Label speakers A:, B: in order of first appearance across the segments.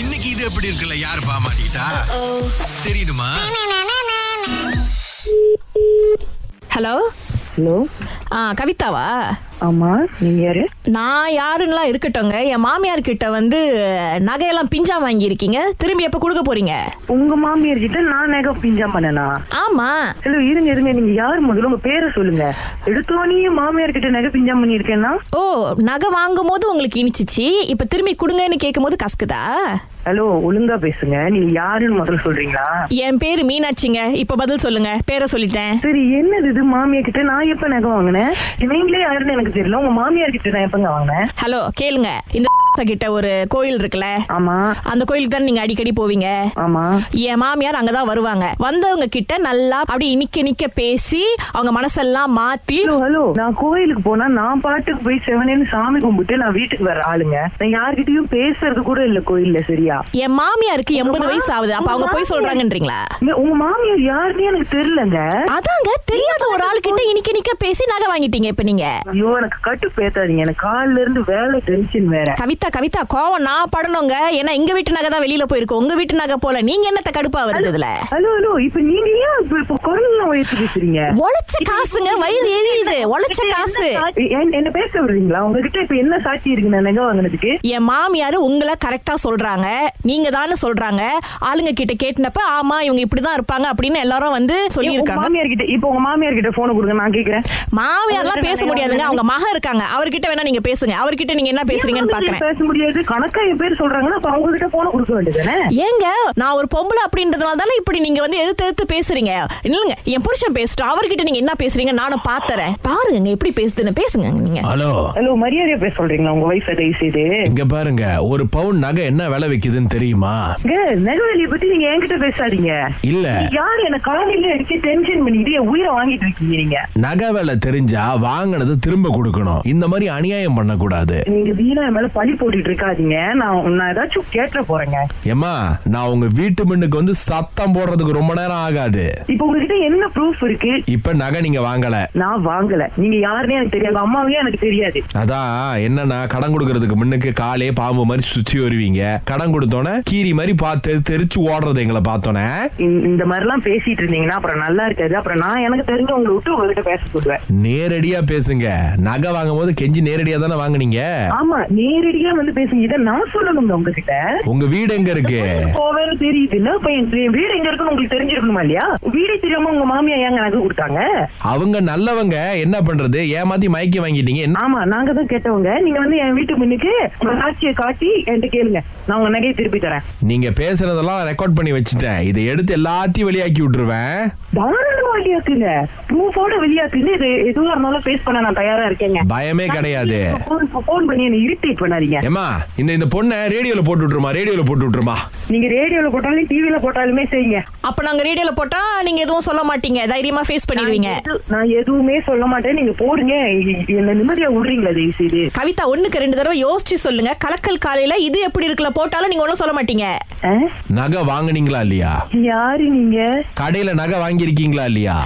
A: இன்னைக்கு இது எப்படி இருக்குல்ல யார் பாமாட்டா தெரியுமா
B: ஹலோ
C: ஹலோ
B: ஆ கவிதாவா
C: ஆமா நீங்க யாரு
B: நான் யாருன்னெலாம் இருக்கட்டும்ங்க என் மாமியார் கிட்ட வந்து நகையெல்லாம் பிஞ்சா வாங்கியிருக்கீங்க திரும்பி எப்போ கொடுக்க போறீங்க
C: உங்க மாமியார் கிட்ட நான் நகை பிஞ்சா பண்ணனா
B: ஆமா
C: ஹலோ இருங்க இருங்க நீங்க யார் முதல்ல உங்க பேரை சொல்லுங்க எடுத்தோடனே மாமியார் கிட்ட நகை பிஞ்சா பண்ணிருக்கேன்னா
B: ஓ நகை வாங்கும் போது உங்களுக்கு இனிச்சிச்சு இப்போ திரும்பி கொடுங்கன்னு கேட்கும்போது கசக்குதா
C: ஹலோ ஒழுங்கா பேசுங்க நீங்க யாருன்னு முதல்ல சொல்றீங்களா
B: என் பேர் மீனாட்சிங்க இப்போ பதில் சொல்லுங்க பேரை சொல்லிட்டேன்
C: சரி என்னது இது மாமியார் கிட்ட நான் எப்ப நகை வாங்கினேன் நீங்களே யாருன்னு எனக்கு தெரியல உங்க மாமியார் கிட்ட நான் எப்பங்க வாங்கினேன்
B: ஹலோ கேளுங்க இந்த கிட்ட ஒரு கோயில் இருக்குல்ல
C: ஆமா
B: அந்த கோயிலுக்கு தான் நீங்க அடிக்கடி போவீங்க
C: ஆமா
B: என் மாமியார் அங்கதான் வருவாங்க வந்தவங்க கிட்ட நல்லா அப்படி நிக்க நிக்க பேசி அவங்க மனசெல்லாம் மாத்தி
C: ஹலோ ஹலோ நான் கோயிலுக்கு போனா நான் பாட்டுக்கு போய் செவனேன்னு சாமி கும்பிட்டு நான் வீட்டுக்கு வர ஆளுங்க நான் யார்கிட்டயும் பேசுறது கூட இல்ல கோயில்ல சரியா
B: என் மாமியாருக்கு எண்பது வயசு ஆகுது அப்ப அவங்க போய் சொல்றாங்கன்றீங்களா
C: இல்ல, உங்க மாமியார் யாருன்னே எனக்கு தெரியலங்க
B: அதாங்க தெரியாத ஒரு ஆள் கிட்ட இனிக்க நிக்க பேசி நகை வாங்கிட்டீங்க இப்ப நீங்க
C: ஐயோ எனக்கு கட்டு பேத்தாதீங்க எனக்கு காலில இருந்து வேலை டென்ஷன் வேற
B: கவிதா கவிதா கோவம் நான் படணுங்க ஏன்னா எங்க வீட்டு நகை தான் வெளியில போயிருக்கு உங்க வீட்டு நகை போல நீங்க என்னத்த கடுப்பா வருது இதுல
C: ஹலோ ஹலோ இப்ப நீங்க ஏன் இப்ப இப்ப குரல்லாம் உயர்த்தி பேசுறீங்க
B: உழைச்ச காசுங்க வயிறு எரியுது உழைச்ச காசு
C: என்- என்ன பேச விடுறீங்களா உங்ககிட்ட இப்ப என்ன சாட்சி இருக்கு நான் நகை வாங்கினதுக்கு
B: என் மாமியார் உங்களை கரெக்டா சொல்றாங்க நீங்க தானே சொல்றாங்க ஆளுங்க கிட்ட கேட்டினப்ப ஆமா இவங்க இப்படிதான் இருப்பாங்க அப்படின்னு எல்லாரும் வந்து
C: உங்க
B: சொல்லியிருக்காங்க
C: மாமியார் கிட்ட இப்ப உங்க மாமியார் கிட்ட போன கொடுங்க நான் கேக்குறேன்
B: மாமியார்லாம் பேச முடியாதுங்க அவங்க மகன் இருக்காங்க அவர்கிட்ட வேணா நீங்க பேசுங்க அவர்கிட்ட நீங்க என்ன பேசுறீங்கன்னு
C: ஏன்
B: பாக்குறேன்
C: பேச முடியாது கணக்கா என் பேர் சொல்றாங்கன்னா அப்ப அவங்க கிட்ட போன கொடுக்க வேண்டியதானே
B: ஏங்க நான் ஒரு பொம்பளை அப்படின்றதுனால தானே இப்படி நீங்க வந்து எதிர்த்து எதிர்த்து பேசுறீங்க இல்லைங்க என் புருஷன் பேசிட்டோம் அவர்கிட்ட நீங்க என்ன பேசுறீங்க நானும் பாத்துறேன் பாருங்க எப்படி பேசுதுன்னு பேசுங்க நீங்க
A: ஹலோ
C: ஹலோ மரியாதையா பேச சொல்றீங்களா உங்க வைஃப் தயவு செய்து
A: இங்க பாருங்க ஒரு பவுன் நகை என்ன விலை விக்குதுன்னு தெரியுமா
C: ஏங்க, நகை வேலையை பத்தி நீங்க என்கிட்ட பேசாதீங்க
A: இல்ல
C: யார் என்ன காலையில அடிச்சு டென்ஷன் பண்ணிட்டு என் உயிரை வாங்கிட்டு இருக்கீங்க நீங்க
A: நகை விலை தெரிஞ்சா வாங்கினதை திரும்ப கொடுக்கணும் இந்த மாதிரி அநியாயம் பண்ணக்கூடாது
C: நீங்க வீணா என் மேல பழி போட்டுட்டு இருக்காதீங்க நான் நான் ஏதாச்சும் கேட்ட போறேங்க
A: ஏமா நான் உங்க வீட்டு மண்ணுக்கு வந்து சத்தம் போடுறதுக்கு ரொம்ப நேரம் ஆகாது
C: இப்ப உங்ககிட்ட என்ன ப்ரூஃப் இருக்கு
A: இப்ப நகை நீங்க வாங்கல
C: நான் வாங்கல நீங்க யாருன்னே எனக்கு தெரியாது அம்மாவே எனக்கு தெரியாது
A: அதான் என்னன்னா கடன் கொடுக்கறதுக்கு முன்னுக்கு காலே பாம்பு மாதிரி சுத்தி வருவீங்க கடன் கொடுத்தோன்னே கீரி மாதிரி பார்த்து தெரிச்சு ஓடுறது எங்களை பார்த்தோன்னே
C: இந்த- இந்த மாதிரி எல்லாம் பேசிட்டு இருந்தீங்கன்னா அப்புறம் நல்லா இருக்காது அப்புறம் நான் எனக்கு தெரிஞ்ச உங்களை விட்டு உங்ககிட்ட பேச சொல்லுவேன்
A: நேரடியா பேசுங்க நகை வாங்கும் போது கெஞ்சி நேரடியா தானே வாங்குனீங்க
C: ஆமா நேரடியா வந்து பேசுங்க இதை நான் சொல்லணுங்க உங்ககிட்ட
A: உங்க வீடு எங்க இருக்கு
C: கோவேன்னு தெரியுதுல்ல இப்ப என் என் வீடு எங்க இருக்குன்னு உங்களுக்கு தெரிஞ்சிருக்கணுமா இல்லையா வீடே தெரியாம உங்க மாமியா ஏங்க நகை கொடுத்தாங்க
A: அவங்க நல்லவங்க என்ன பண்றது ஏமாத்தி மயக்கி வாங்கிட்டீங்க என்ன
C: ஆமா நாங்க தான் கேட்டவங்க நீங்க வந்து என் வீட்டு முன்னுக்கு உங்க சாட்சியை காட்டி என்கிட்ட கேளுங்க நான் உங்க நகையை திருப்பி தரேன்
A: நீங்க பேசுறதெல்லாம் ரெக்கார்ட் பண்ணி வச்சுட்டேன் இதை எடுத்து எல்லாத்தையும் வெளியாக்கி விட்டுருவேன்
C: தாராளமா வெளியாக்குங்க ப்ரூஃபோட வெளியாக்குங்க இது எதுவா இருந்தாலும் ஃபேஸ் பண்ண நான் தயாரா இருக்கேங்க
A: பயமே கிடையாது
C: போன் பண்ணி என்ன இரிட்டேட் பண்ணாதீங்க
A: ஏமா இந்த இந்த பொண்ணை ரேடியோல போட்டு விட்டுருமா ரேடியோல போட்டு விட்டுருமா
C: நீங்க ரேடியோல போட்டாலும் டிவில போட்டாலுமே செய்யுங்க
B: அப்ப நாங்க ரேடியோல போட்டா நீங்க எதுவும் சொல்ல மாட்டீங்க தைரியமா ஃபேஸ் பண்ணிடுவீங்க
C: நான் எது- நான் எதுவுமே சொல்ல மாட்டேன் நீங்க போடுங்க இ- என்ன நிம்மதியா விடுறீங்களா தயவு செய்து
B: கவிதா ஒண்ணுக்கு ரெண்டு தடவை யோசிச்சு சொல்லுங்க கலக்கல் காலையில இது எப்படி இருக்குல்ல போட்டாலும் நீங்க ஒன்றும் சொல்ல மாட்டீங்க
C: ஆ?
A: நகை வாங்குனீங்களா இல்லையா
C: யாரு நீங்க
A: கடையில நகை வாங்கியிருக்கீங்களா இல்லையா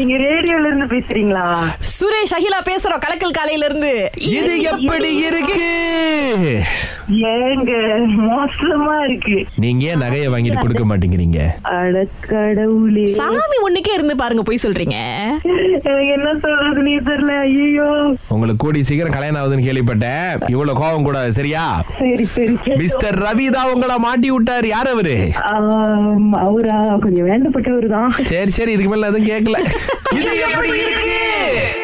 C: நீங்க ரேடியோல இருந்து பேசுறீங்களா
B: சுரேஷ் அகிலா பேசுறோம் கலக்கல் காலையில இருந்து
A: இது எப்படி இருக்கு
C: ஏங்க மோசமா இருக்கு
A: நீங்க ஏன் நகையை வாங்கிட்டு கொடுக்க மாட்டேங்கிறீங்க
C: அட கடவுளே
B: சாமி ஒண்ணுக்கே இருந்து பாருங்க போய் சொல்றீங்க
C: எனக்கு என்ன சொல்றதுன்னே தெரியல ஐயோ
A: உங்களுக்கு கூடி சீக்கிரம் கல்யாணம் ஆகுதுன்னு கேள்விப்பட்டேன் இவ்வளவு கோவம் கூடாது சரியா
C: சரி சரி சரி.
A: மிஸ்டர் ரவி தான் உங்களை மாட்டி விட்டார் யார் அவரு
C: ஆம், அவரா கொஞ்சம் வேண்டப்பட்டவர் தான்
A: சரி சரி இதுக்கு மேல எதுவும் கேட்கல இது எப்படி இருக்கு